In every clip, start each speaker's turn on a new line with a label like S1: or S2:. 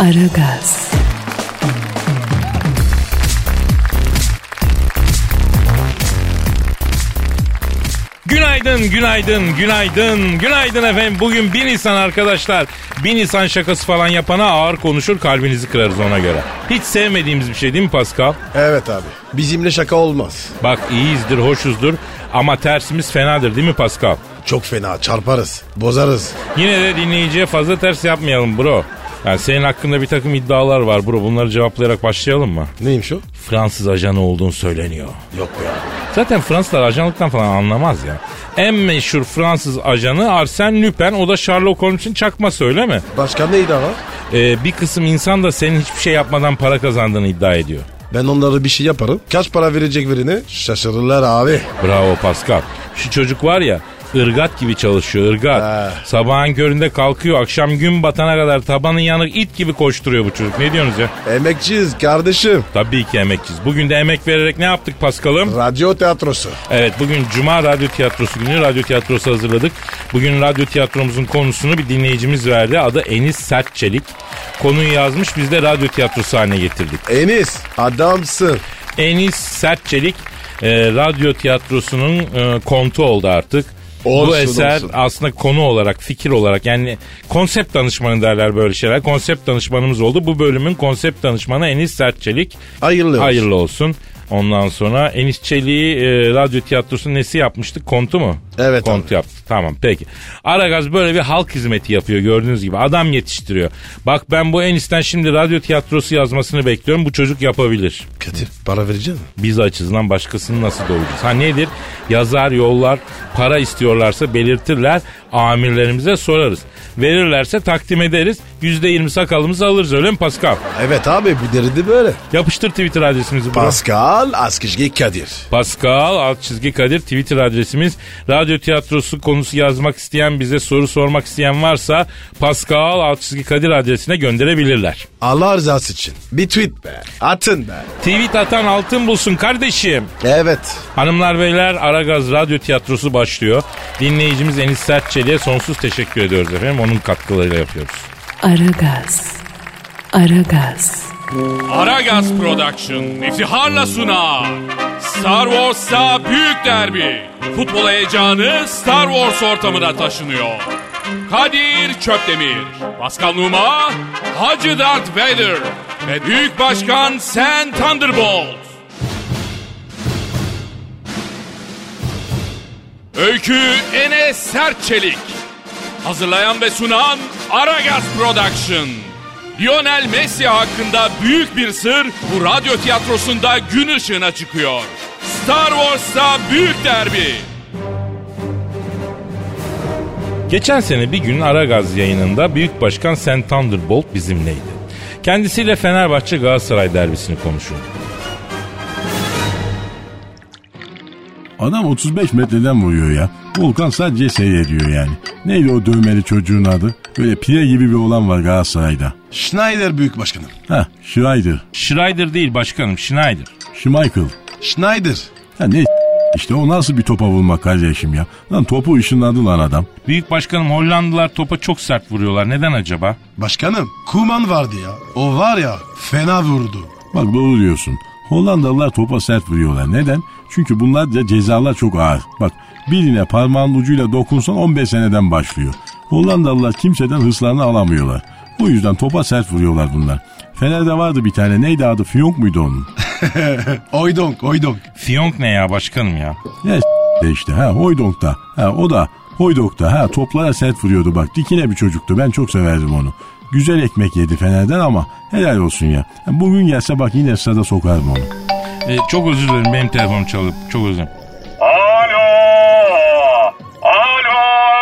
S1: Aragaz,
S2: Günaydın, günaydın, günaydın, günaydın efendim. Bugün 1 Nisan arkadaşlar. 1 Nisan şakası falan yapana ağır konuşur kalbinizi kırarız ona göre. Hiç sevmediğimiz bir şey değil mi Pascal?
S3: Evet abi. Bizimle şaka olmaz.
S2: Bak iyiyizdir, hoşuzdur ama tersimiz fenadır değil mi Pascal?
S3: Çok fena çarparız. Bozarız.
S2: Yine de dinleyiciye fazla ters yapmayalım bro. Yani senin hakkında bir takım iddialar var bro. Bunları cevaplayarak başlayalım mı?
S3: Neymiş o?
S2: Fransız ajanı olduğunu söyleniyor.
S3: Yok ya.
S2: Zaten Fransızlar ajanlıktan falan anlamaz ya. En meşhur Fransız ajanı Arsène Lupin. O da Sherlock Holmes'un çakması öyle mi?
S3: Başka neydi ama?
S2: Ee, bir kısım insan da senin hiçbir şey yapmadan para kazandığını iddia ediyor.
S3: Ben onlara bir şey yaparım. Kaç para verecek birini? Şaşırırlar abi.
S2: Bravo Pascal. Şu çocuk var ya ırgat gibi çalışıyor ırgat.
S3: Ha.
S2: Sabahın köründe kalkıyor akşam gün batana kadar tabanı yanık it gibi koşturuyor bu çocuk. Ne diyorsunuz ya?
S3: Emekçiyiz kardeşim.
S2: Tabii ki emekçiyiz. Bugün de emek vererek ne yaptık Paskal'ım?
S3: Radyo tiyatrosu.
S2: Evet bugün Cuma Radyo Tiyatrosu günü. Radyo Tiyatrosu hazırladık. Bugün radyo tiyatromuzun konusunu bir dinleyicimiz verdi. Adı Enis Sertçelik. Konuyu yazmış biz de radyo tiyatrosu haline getirdik.
S3: Enis adamsın.
S2: Enis Sertçelik e, radyo tiyatrosunun e, kontu oldu artık.
S3: Olsun,
S2: Bu eser
S3: olsun.
S2: aslında konu olarak, fikir olarak yani konsept danışmanı derler böyle şeyler. Konsept danışmanımız oldu. Bu bölümün konsept danışmanı Enis Sertçelik.
S3: Hayırlı olsun.
S2: Hayırlı olsun. Ondan sonra Enis Çelik'i e, radyo tiyatrosunun nesi yapmıştık? Kontu mu?
S3: Evet
S2: Kont
S3: abi.
S2: yaptı. Tamam peki. Aragaz böyle bir halk hizmeti yapıyor gördüğünüz gibi. Adam yetiştiriyor. Bak ben bu Enis'ten şimdi radyo tiyatrosu yazmasını bekliyorum. Bu çocuk yapabilir.
S3: Kadir para verecek misin?
S2: Biz açız lan başkasını nasıl doyuracağız? Ha nedir? Yazar, yollar, para istiyorlarsa belirtirler. Amirlerimize sorarız. Verirlerse takdim ederiz. Yüzde yirmi sakalımızı alırız öyle mi Pascal?
S3: Evet abi bir derdi böyle.
S2: Yapıştır Twitter adresimizi. buraya.
S3: Pascal Askışgi Kadir.
S2: Pascal alt çizgi Kadir Twitter adresimiz. Radyo tiyatrosu konusu yazmak isteyen bize soru sormak isteyen varsa Pascal alt çizgi Kadir adresine gönderebilirler.
S3: Allah rızası için. Bir tweet be. Atın be.
S2: Tweet atan altın bulsun kardeşim.
S3: Evet.
S2: Hanımlar beyler Aragaz Radyo Tiyatrosu başlıyor. Dinleyicimiz Enis Sertçeli'ye sonsuz teşekkür ediyoruz efendim. Onun katkılarıyla yapıyoruz.
S1: Aragaz, Aragaz,
S4: Aragaz Production iftiharla sunar. Star Wars'ta büyük derbi. Futbol heyecanı Star Wars ortamına taşınıyor. Kadir Çöpdemir, Pascal Numa, Hacı Darth Vader ve Büyük Başkan Sen Thunderbolt. Öykü Enes Sertçelik. Hazırlayan ve sunan Aragaz Production. Lionel Messi hakkında büyük bir sır bu radyo tiyatrosunda gün ışığına çıkıyor. Star Wars'ta büyük derbi.
S2: Geçen sene bir gün Aragaz yayınında Büyük Başkan Sen Thunderbolt bizimleydi. Kendisiyle Fenerbahçe Galatasaray derbisini konuşuyordu.
S5: Adam 35 metreden vuruyor ya. Volkan sadece seyrediyor yani. Neydi o dövmeli çocuğun adı? Böyle pire gibi bir olan var Galatasaray'da.
S3: Schneider büyük başkanım.
S5: Heh, Schreider,
S2: Schreider değil başkanım Schneider.
S5: Schmeichel.
S3: Schneider.
S5: Ya ne işte o nasıl bir topa vurmak kardeşim ya? Lan topu ışınladı lan adam.
S2: Büyük başkanım Hollandalılar topa çok sert vuruyorlar. Neden acaba?
S3: Başkanım Kuman vardı ya. O var ya fena vurdu.
S5: Bak doğru diyorsun. Hollandalılar topa sert vuruyorlar. Neden? Çünkü bunlarca cezalar çok ağır. Bak birine parmağın ucuyla dokunsan 15 seneden başlıyor. Hollandalılar kimseden hırslarını alamıyorlar. Bu yüzden topa sert vuruyorlar bunlar. Fener'de vardı bir tane. Neydi adı? Fiyonk muydu onun?
S3: Oydonk oydonk.
S2: Fiyonk ne ya başkanım ya?
S5: Ne s- de işte ha Hoydonk'ta. Ha o da Hoydonk'ta ha toplara sert vuruyordu bak. Dikine bir çocuktu. Ben çok severdim onu. Güzel ekmek yedi Fener'den ama helal olsun ya. Ha, Bugün gelse bak yine sırada sokarım onu.
S2: Ee, çok özür dilerim benim telefonum çalıp çok özür dilerim.
S6: Alo. Alo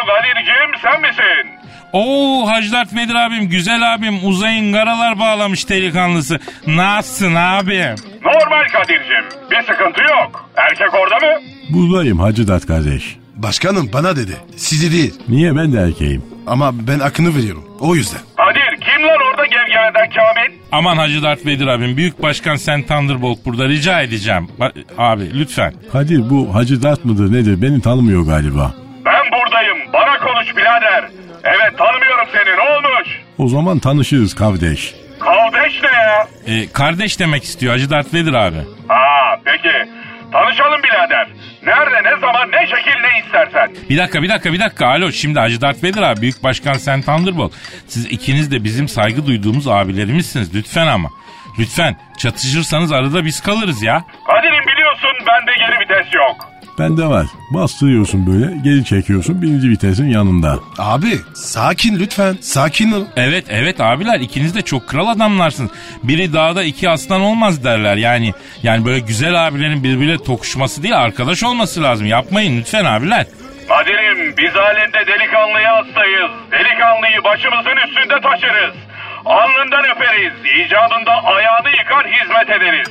S6: Kadir'cim sen misin?
S2: Oo Hacı Dert Vedir abim, güzel abim uzayın garalar bağlamış delikanlısı. Nasılsın abim?
S6: Normal Kadir'cim. Bir sıkıntı yok. Erkek orada mı?
S5: Buradayım Hacı Dert kardeş.
S3: Başkanım bana dedi. Sizi değil
S5: Niye ben de erkeğim?
S3: ama ben akını veriyorum. O yüzden.
S6: Kadir kim lan orada gevgeleden Kamil?
S2: Aman Hacı Dert Vedir abim, Büyük Başkan Sen Thunderbolt burada rica edeceğim. Ba- abi lütfen.
S5: Kadir bu Hacı Dert mıdır nedir beni tanımıyor galiba.
S6: Ben buradayım. Bana konuş birader. Evet tanımıyorum seni. Ne olmuş?
S5: O zaman tanışırız kardeş.
S6: Kardeş ne ya?
S2: Ee, kardeş demek istiyor Hacı Dert Vedir abi.
S6: Ha peki. Tanışalım birader. Nerede, ne zaman, ne şekil, ne istersen.
S2: Bir dakika bir dakika bir dakika alo şimdi Hacı Dert Vedir abi Büyük Başkan Sen Thunderbolt. Siz ikiniz de bizim saygı duyduğumuz abilerimizsiniz lütfen ama. Lütfen çatışırsanız arada biz kalırız ya.
S6: Kadir'im biliyorsun bende geri vites yok.
S5: Bende var. Bastırıyorsun böyle geri çekiyorsun birinci vitesin yanında.
S3: Abi sakin lütfen. Sakin ol.
S2: Evet evet abiler ikiniz de çok kral adamlarsınız. Biri dağda iki aslan olmaz derler yani. Yani böyle güzel abilerin birbiriyle tokuşması değil arkadaş olması lazım. Yapmayın lütfen abiler.
S6: Kadir'im biz halinde delikanlıyı hastayız. Delikanlıyı başımızın üstünde taşırız. Alnından öperiz. icadında ayağını yıkar hizmet ederiz.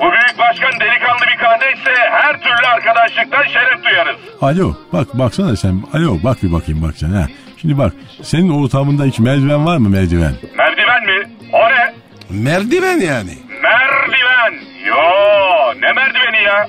S6: Bu büyük başkan delikanlı bir kardeşse her türlü arkadaşlıktan şeref duyarız.
S5: Alo bak baksana sen. Alo bak bir bakayım bak sen ha. Şimdi bak senin ortamında hiç merdiven var mı merdiven?
S6: Merdiven mi? O ne?
S3: Merdiven yani.
S6: Merdiven. Yo ne merdiveni ya?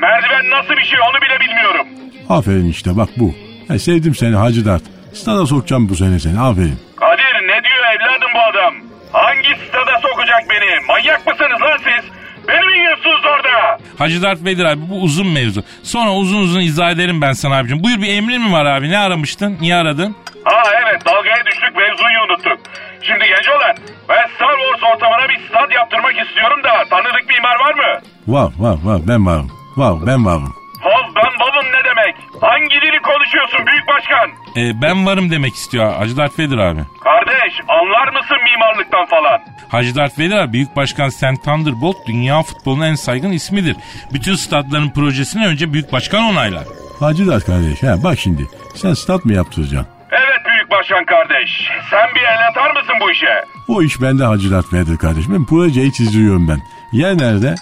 S6: Merdiven nasıl bir şey onu bile bilmiyorum.
S5: Aferin işte bak bu. Ya sevdim seni Hacı Dert. Stada sokacağım bu sene seni aferin.
S6: Kadir ne diyor evladım bu adam? Hangi stada sokacak beni? Manyak mısınız lan siz? Beni mi yiyorsunuz orada?
S2: Hacı Dert Vedir abi bu uzun mevzu. Sonra uzun uzun izah ederim ben sana abicim. Buyur bir emrin mi var abi ne aramıştın niye aradın?
S6: Ha evet dalgaya düştük mevzuyu unuttuk. Şimdi gencolar ben Star Wars ortamına bir stad yaptırmak istiyorum da tanıdık mimar var mı?
S5: Var var var ben varım. Var ben varım.
S6: Hav ben babım ne demek? Hangi dili konuşuyorsun büyük başkan?
S2: Ee, ben varım demek istiyor Hacı Dert Vedir abi.
S6: Kardeş anlar mısın mimarlıktan falan?
S2: Hacı Dert Vedir abi Büyük Başkan Sen Thunderbolt dünya futbolunun en saygın ismidir. Bütün statların projesini önce Büyük Başkan onaylar.
S5: Hacı Dert kardeş ha bak şimdi sen stat mı yaptıracaksın?
S6: Evet büyük başkan kardeş. Sen bir el atar mısın bu işe?
S5: O iş bende Hacı Dert Vedir kardeşim. Ben projeyi çiziyorum ben. Yer nerede?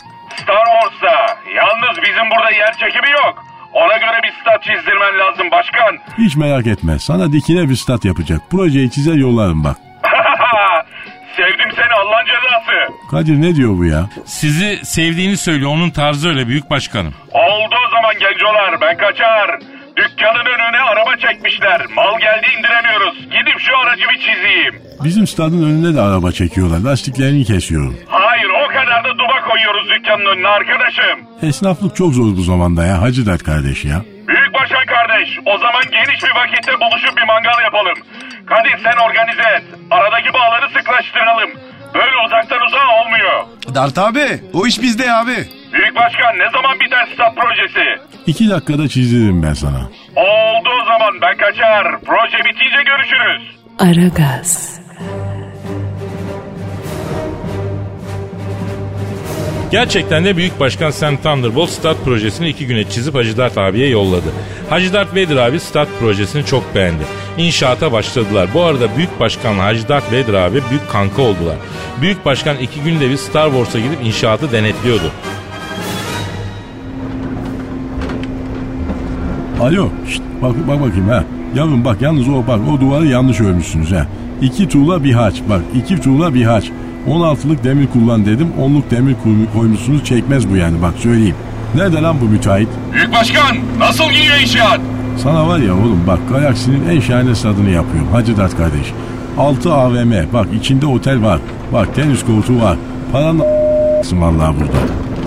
S6: Star Wars'ta yalnız bizim burada yer çekimi yok. Ona göre bir stat çizdirmen lazım başkan.
S5: Hiç merak etme. Sana dikine bir stat yapacak. Projeyi çizer yollarım bak.
S6: Sevdim seni Allah'ın cezası.
S5: Kadir ne diyor bu ya?
S2: Sizi sevdiğini söylüyor onun tarzı öyle Büyük Başkanım.
S6: Oldu o zaman gencolar ben kaçar. Dükkanın önüne araba çekmişler. Mal geldi indiremiyoruz. Gidip şu aracı bir çizeyim.
S5: Bizim stadın önüne de araba çekiyorlar. Lastiklerini kesiyorum.
S6: Hayır o kadar da duba koyuyoruz dükkanın önüne arkadaşım.
S5: Esnaflık çok zor bu zamanda ya. Hacı Dert kardeş ya.
S6: Büyük başkan kardeş o zaman geniş bir vakitte buluşup bir mangal yapalım. Kadir sen organize et. Aradaki bağları sıklaştıralım. Böyle uzaktan uzağa olmuyor.
S3: Dert abi o iş bizde abi.
S6: Büyük başkan ne zaman biter stat projesi?
S5: İki dakikada çizdiririm ben sana.
S6: Oldu o zaman ben kaçar. Proje bitince görüşürüz.
S1: Aragaz.
S2: Gerçekten de Büyük Başkan Sam Thunderbolt stat projesini iki güne çizip Hacı Dert abiye yolladı. Hacı Dert Vedir abi stat projesini çok beğendi. İnşaata başladılar. Bu arada Büyük Başkan Hacı Dert Vedir abi büyük kanka oldular. Büyük Başkan iki günde bir Star Wars'a gidip inşaatı denetliyordu.
S5: Alo. Şşt, bak, bak bakayım ha. Yavrum bak yalnız o bak o duvarı yanlış örmüşsünüz ha. İki tuğla bir haç bak iki tuğla bir haç. 16'lık demir kullan dedim 10'luk demir kuy- koymuşsunuz çekmez bu yani bak söyleyeyim. Nerede lan bu müteahhit?
S6: Büyük başkan nasıl gidiyor inşaat?
S5: Sana var ya oğlum bak galaksinin en şahane stadını yapıyorum Hacı Dert kardeş. 6 AVM bak içinde otel var. Bak tenis kortu var. Paranın a**sın vallahi burada.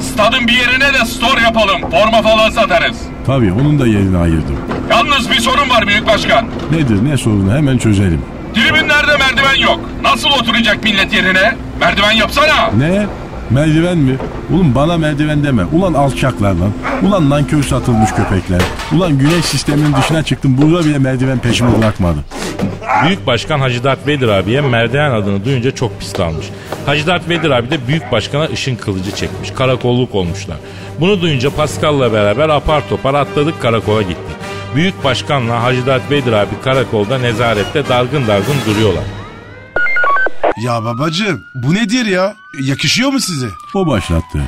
S6: Stadın bir yerine de store yapalım. Forma falan satarız.
S5: Tabii onun da yerini ayırdım.
S6: Yalnız bir sorun var büyük başkan.
S5: Nedir ne sorunu hemen çözelim.
S6: Tribünlerde merdiven yok. Nasıl oturacak millet yerine? Merdiven yapsana.
S5: Ne? Merdiven mi? Oğlum bana merdiven deme. Ulan alçaklar lan. Ulan nankör satılmış köpekler. Ulan güneş sisteminin dışına çıktım. Burada bile merdiven peşimi bırakmadı.
S2: Büyük Başkan Hacı Dert Vedir abiye merdiven adını duyunca çok pis kalmış. Hacı Dert Vedir abi de Büyük Başkan'a ışın kılıcı çekmiş. Karakolluk olmuşlar. Bunu duyunca Pascal'la beraber apar topar atladık karakola gittik. Büyük Başkan'la Hacı Dert Bedir abi karakolda nezarette dargın dargın duruyorlar.
S3: Ya babacığım bu nedir ya? Yakışıyor mu size?
S5: O başlattı.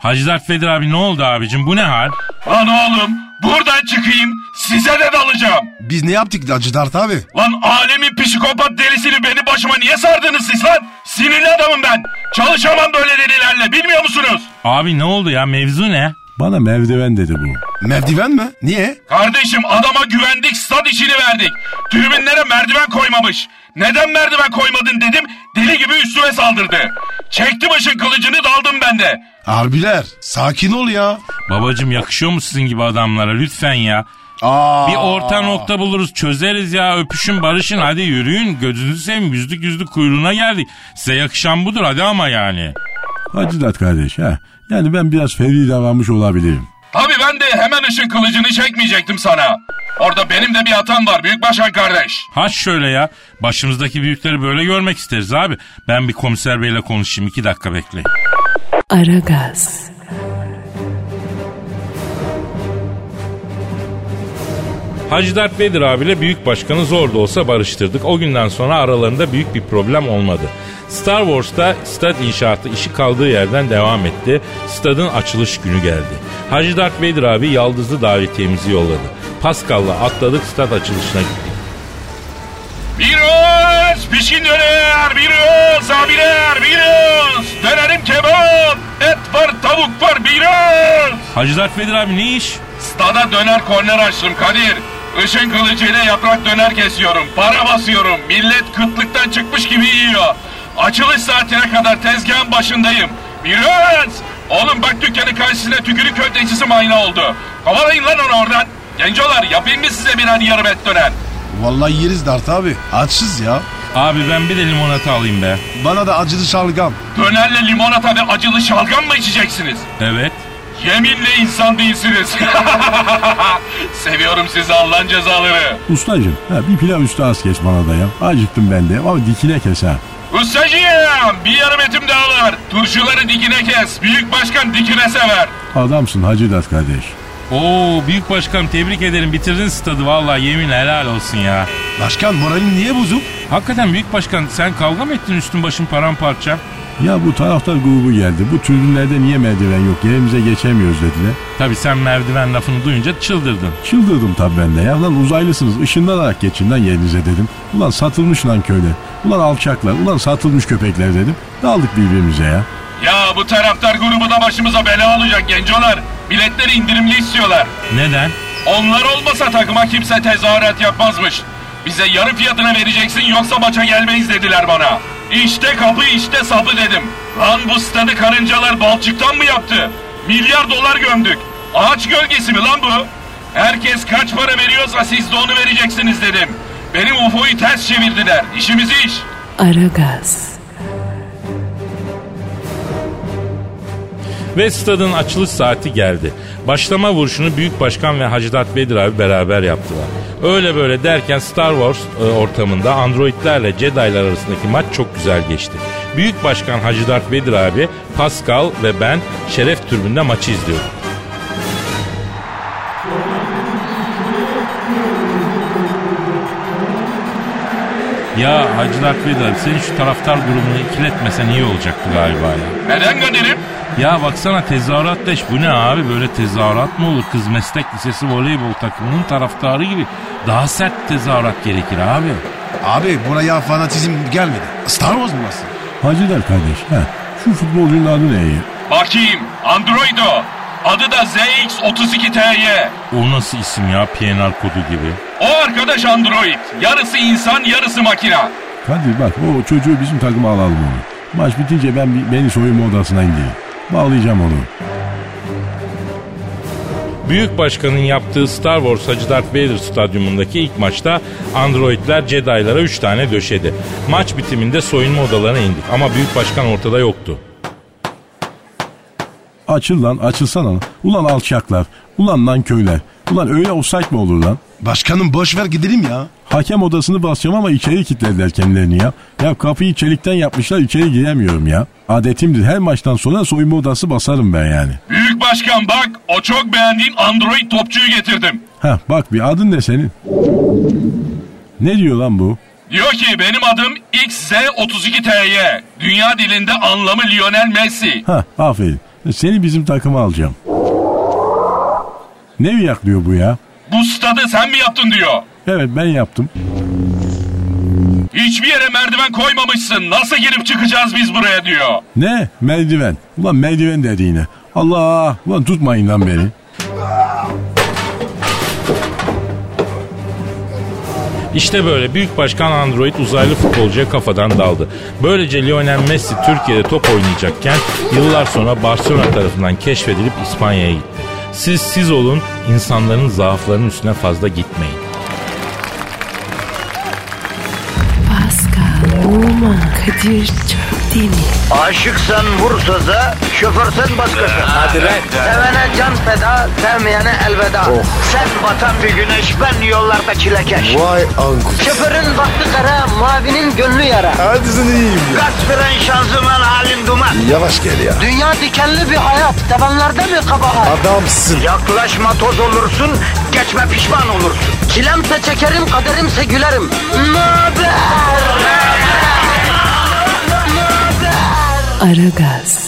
S2: Hacı Dert Bedir abi ne oldu abicim bu ne hal?
S6: Lan oğlum buradan çıkayım size de dalacağım.
S3: Biz ne yaptık Hacı Dert abi?
S6: Lan alemin psikopat delisini beni başıma niye sardınız siz lan? Sinirli adamım ben. Çalışamam böyle delilerle bilmiyor musunuz?
S2: Abi ne oldu ya mevzu ne?
S5: Bana merdiven dedi bu.
S3: Merdiven mi? Niye?
S6: Kardeşim adama güvendik stad işini verdik. Tribünlere merdiven koymamış. Neden merdiven koymadın dedim deli gibi üstüme saldırdı. Çekti başın kılıcını daldım ben de.
S3: Harbiler sakin ol ya.
S2: Babacım yakışıyor mu sizin gibi adamlara lütfen ya?
S3: Aa,
S2: Bir orta nokta buluruz çözeriz ya öpüşün barışın hadi yürüyün gözünüzü seveyim yüzlük yüzlük kuyruğuna geldik. Size yakışan budur hadi ama yani.
S5: Hacidat kardeş ha. Yani ben biraz fevri davranmış olabilirim.
S6: Tabii ben de hemen ışın kılıcını çekmeyecektim sana. Orada benim de bir hatam var büyük başkan kardeş.
S2: Ha şöyle ya başımızdaki büyükleri böyle görmek isteriz abi. Ben bir komiser beyle konuşayım iki dakika bekleyin.
S1: Aragaz,
S2: Hacı Dert Vedir abiyle büyük başkanı zor da olsa barıştırdık. O günden sonra aralarında büyük bir problem olmadı. Star Wars'ta stad inşaatı işi kaldığı yerden devam etti. Stadın açılış günü geldi. Hacı Dert Vedir abi yaldızlı davetiyemizi yolladı. Pascal'la atladık stad açılışına gittik.
S6: Biraz pişkin döner, biraz abiler, biraz. Dönerim kebap, et var, tavuk var, biraz.
S2: Hacı Dert Vedir abi ne iş?
S6: Stada döner korner açtım Kadir. Işın kılıcıyla yaprak döner kesiyorum. Para basıyorum. Millet kıtlıktan çıkmış gibi yiyor. Açılış saatine kadar tezgahın başındayım. Biraz! Oğlum bak dükkanın karşısına tükürük köftecisi mayna oldu. Kovalayın lan onu oradan. Gencolar yapayım mı size birer yarım et döner?
S3: Vallahi yeriz Dert abi. Açsız ya.
S2: Abi ben bir de limonata alayım be.
S3: Bana da acılı şalgam.
S6: Dönerle limonata ve acılı şalgam mı içeceksiniz?
S2: Evet.
S6: Yeminle insan değilsiniz. Seviyorum sizi Allah'ın cezaları.
S5: Ustacım ha, bir pilav üstü az kes bana da ya. Acıktım ben de ama dikine kes ha.
S6: Ustacığım bir yarım etim daha var. Turşuları dikine kes. Büyük başkan dikine sever.
S5: Adamsın Hacidat kardeş.
S2: Oo büyük başkanım tebrik ederim bitirdin stadı vallahi yemin helal olsun ya.
S3: Başkan moralin niye bozuk?
S2: Hakikaten büyük başkan sen kavga mı ettin üstün başın paramparça?
S5: Ya bu taraftar grubu geldi. Bu tribünlerde niye merdiven yok? Yerimize geçemiyoruz dediler.
S2: Tabii sen merdiven lafını duyunca çıldırdın.
S5: Çıldırdım tabii ben de. Ya lan uzaylısınız. Işınlanarak geçin lan yerinize dedim. Ulan satılmış lan köyde. Ulan alçaklar. Ulan satılmış köpekler dedim. Daldık birbirimize ya.
S6: Ya bu taraftar grubu da başımıza bela olacak gencolar. Biletleri indirimli istiyorlar.
S2: Neden?
S6: Onlar olmasa takıma kimse tezahürat yapmazmış. Bize yarı fiyatına vereceksin yoksa maça gelmeyiz dediler bana. İşte kapı işte sapı dedim. Lan bu stadı karıncalar balçıktan mı yaptı? Milyar dolar gömdük. Ağaç gölgesi mi lan bu? Herkes kaç para veriyorsa siz de onu vereceksiniz dedim. Benim UFO'yu ters çevirdiler. İşimiz iş.
S1: Aragaz,
S2: Ve stadın açılış saati geldi. Başlama vuruşunu Büyük Başkan ve Hacı Dert Bedir abi beraber yaptılar. Öyle böyle derken Star Wars e, ortamında androidlerle Jedi'lar arasındaki maç çok güzel geçti. Büyük Başkan Hacı Dert Bedir abi, Pascal ve ben şeref türbünde maçı izliyorduk. Ya Hacı Dert Bedir abi senin şu taraftar grubunu ikiletmesen iyi olacaktı galiba ya.
S6: Neden Kadir'im?
S2: Ya baksana tezahürat leş bu ne abi böyle tezahürat mı olur? Kız meslek lisesi voleybol takımının taraftarı gibi daha sert tezahürat gerekir abi.
S3: Abi buraya fanatizm gelmedi. Star Wars mu nasıl?
S5: Hacidat kardeş. Ha. Şu futbolcunun adı ne ya?
S6: Bakayım. Android o. Adı da ZX32TY.
S2: O nasıl isim ya PNR kodu gibi.
S6: O arkadaş Android. Yarısı insan yarısı makina.
S5: Kadir bak o çocuğu bizim takıma alalım onu. Maç bitince ben bir- beni soyunma odasına indireyim. Bağlayacağım onu.
S2: Büyük Başkan'ın yaptığı Star Wars Hacı Darth Vader stadyumundaki ilk maçta androidler Jedi'lara 3 tane döşedi. Maç bitiminde soyunma odalarına indik ama Büyük Başkan ortada yoktu.
S5: Açıl lan açılsana lan. Ulan alçaklar. Ulan lan köyler. Ulan öyle olsak mı olur lan?
S3: Başkanım boş ver gidelim ya.
S5: Hakem odasını basacağım ama içeri kilitlediler kendilerini ya. Ya kapıyı çelikten yapmışlar içeri giremiyorum ya. Adetimdir her maçtan sonra soyunma odası basarım ben yani.
S6: Büyük başkan bak o çok beğendiğin Android topçuyu getirdim.
S5: Heh bak bir adın ne senin? Ne diyor lan bu?
S6: Diyor ki benim adım XZ32TY. Dünya dilinde anlamı Lionel Messi.
S5: Ha aferin. Seni bizim takıma alacağım. Ne yaklıyor bu ya?
S6: Bu stadı sen mi yaptın diyor.
S5: Evet ben yaptım.
S6: Hiçbir yere merdiven koymamışsın. Nasıl girip çıkacağız biz buraya diyor.
S5: Ne? Merdiven. Ulan merdiven dedi yine. Allah! Ulan tutmayın lan beni.
S2: İşte böyle Büyük Başkan Android uzaylı futbolcuya kafadan daldı. Böylece Lionel Messi Türkiye'de top oynayacakken yıllar sonra Barcelona tarafından keşfedilip İspanya'ya gitti. Siz siz olun, insanların zaaflarının üstüne fazla gitmeyin.
S1: Pascal, Oman, Kadir çok değil mi?
S7: Aşıksan vursa da, şoförsen başkasın. Hadi
S4: lan.
S7: Sevene can feda, sevmeyene elveda. Sen batan bir güneş, ben yollarda çilekeş.
S8: Vay anku.
S7: Şoförün baktı kara, mavinin gönlü yara.
S8: Hadi sen iyiyim ya.
S7: Kasperen şanzıman halin duman.
S8: Yavaş gel ya.
S7: Dünya dikenli bir hayat, sevenlerde mi kabahar?
S8: Adamsın.
S7: Yaklaşma toz olursun, geçme pişman olursun. Çilemse çekerim, kaderimse gülerim. Möber!
S1: Aragaz.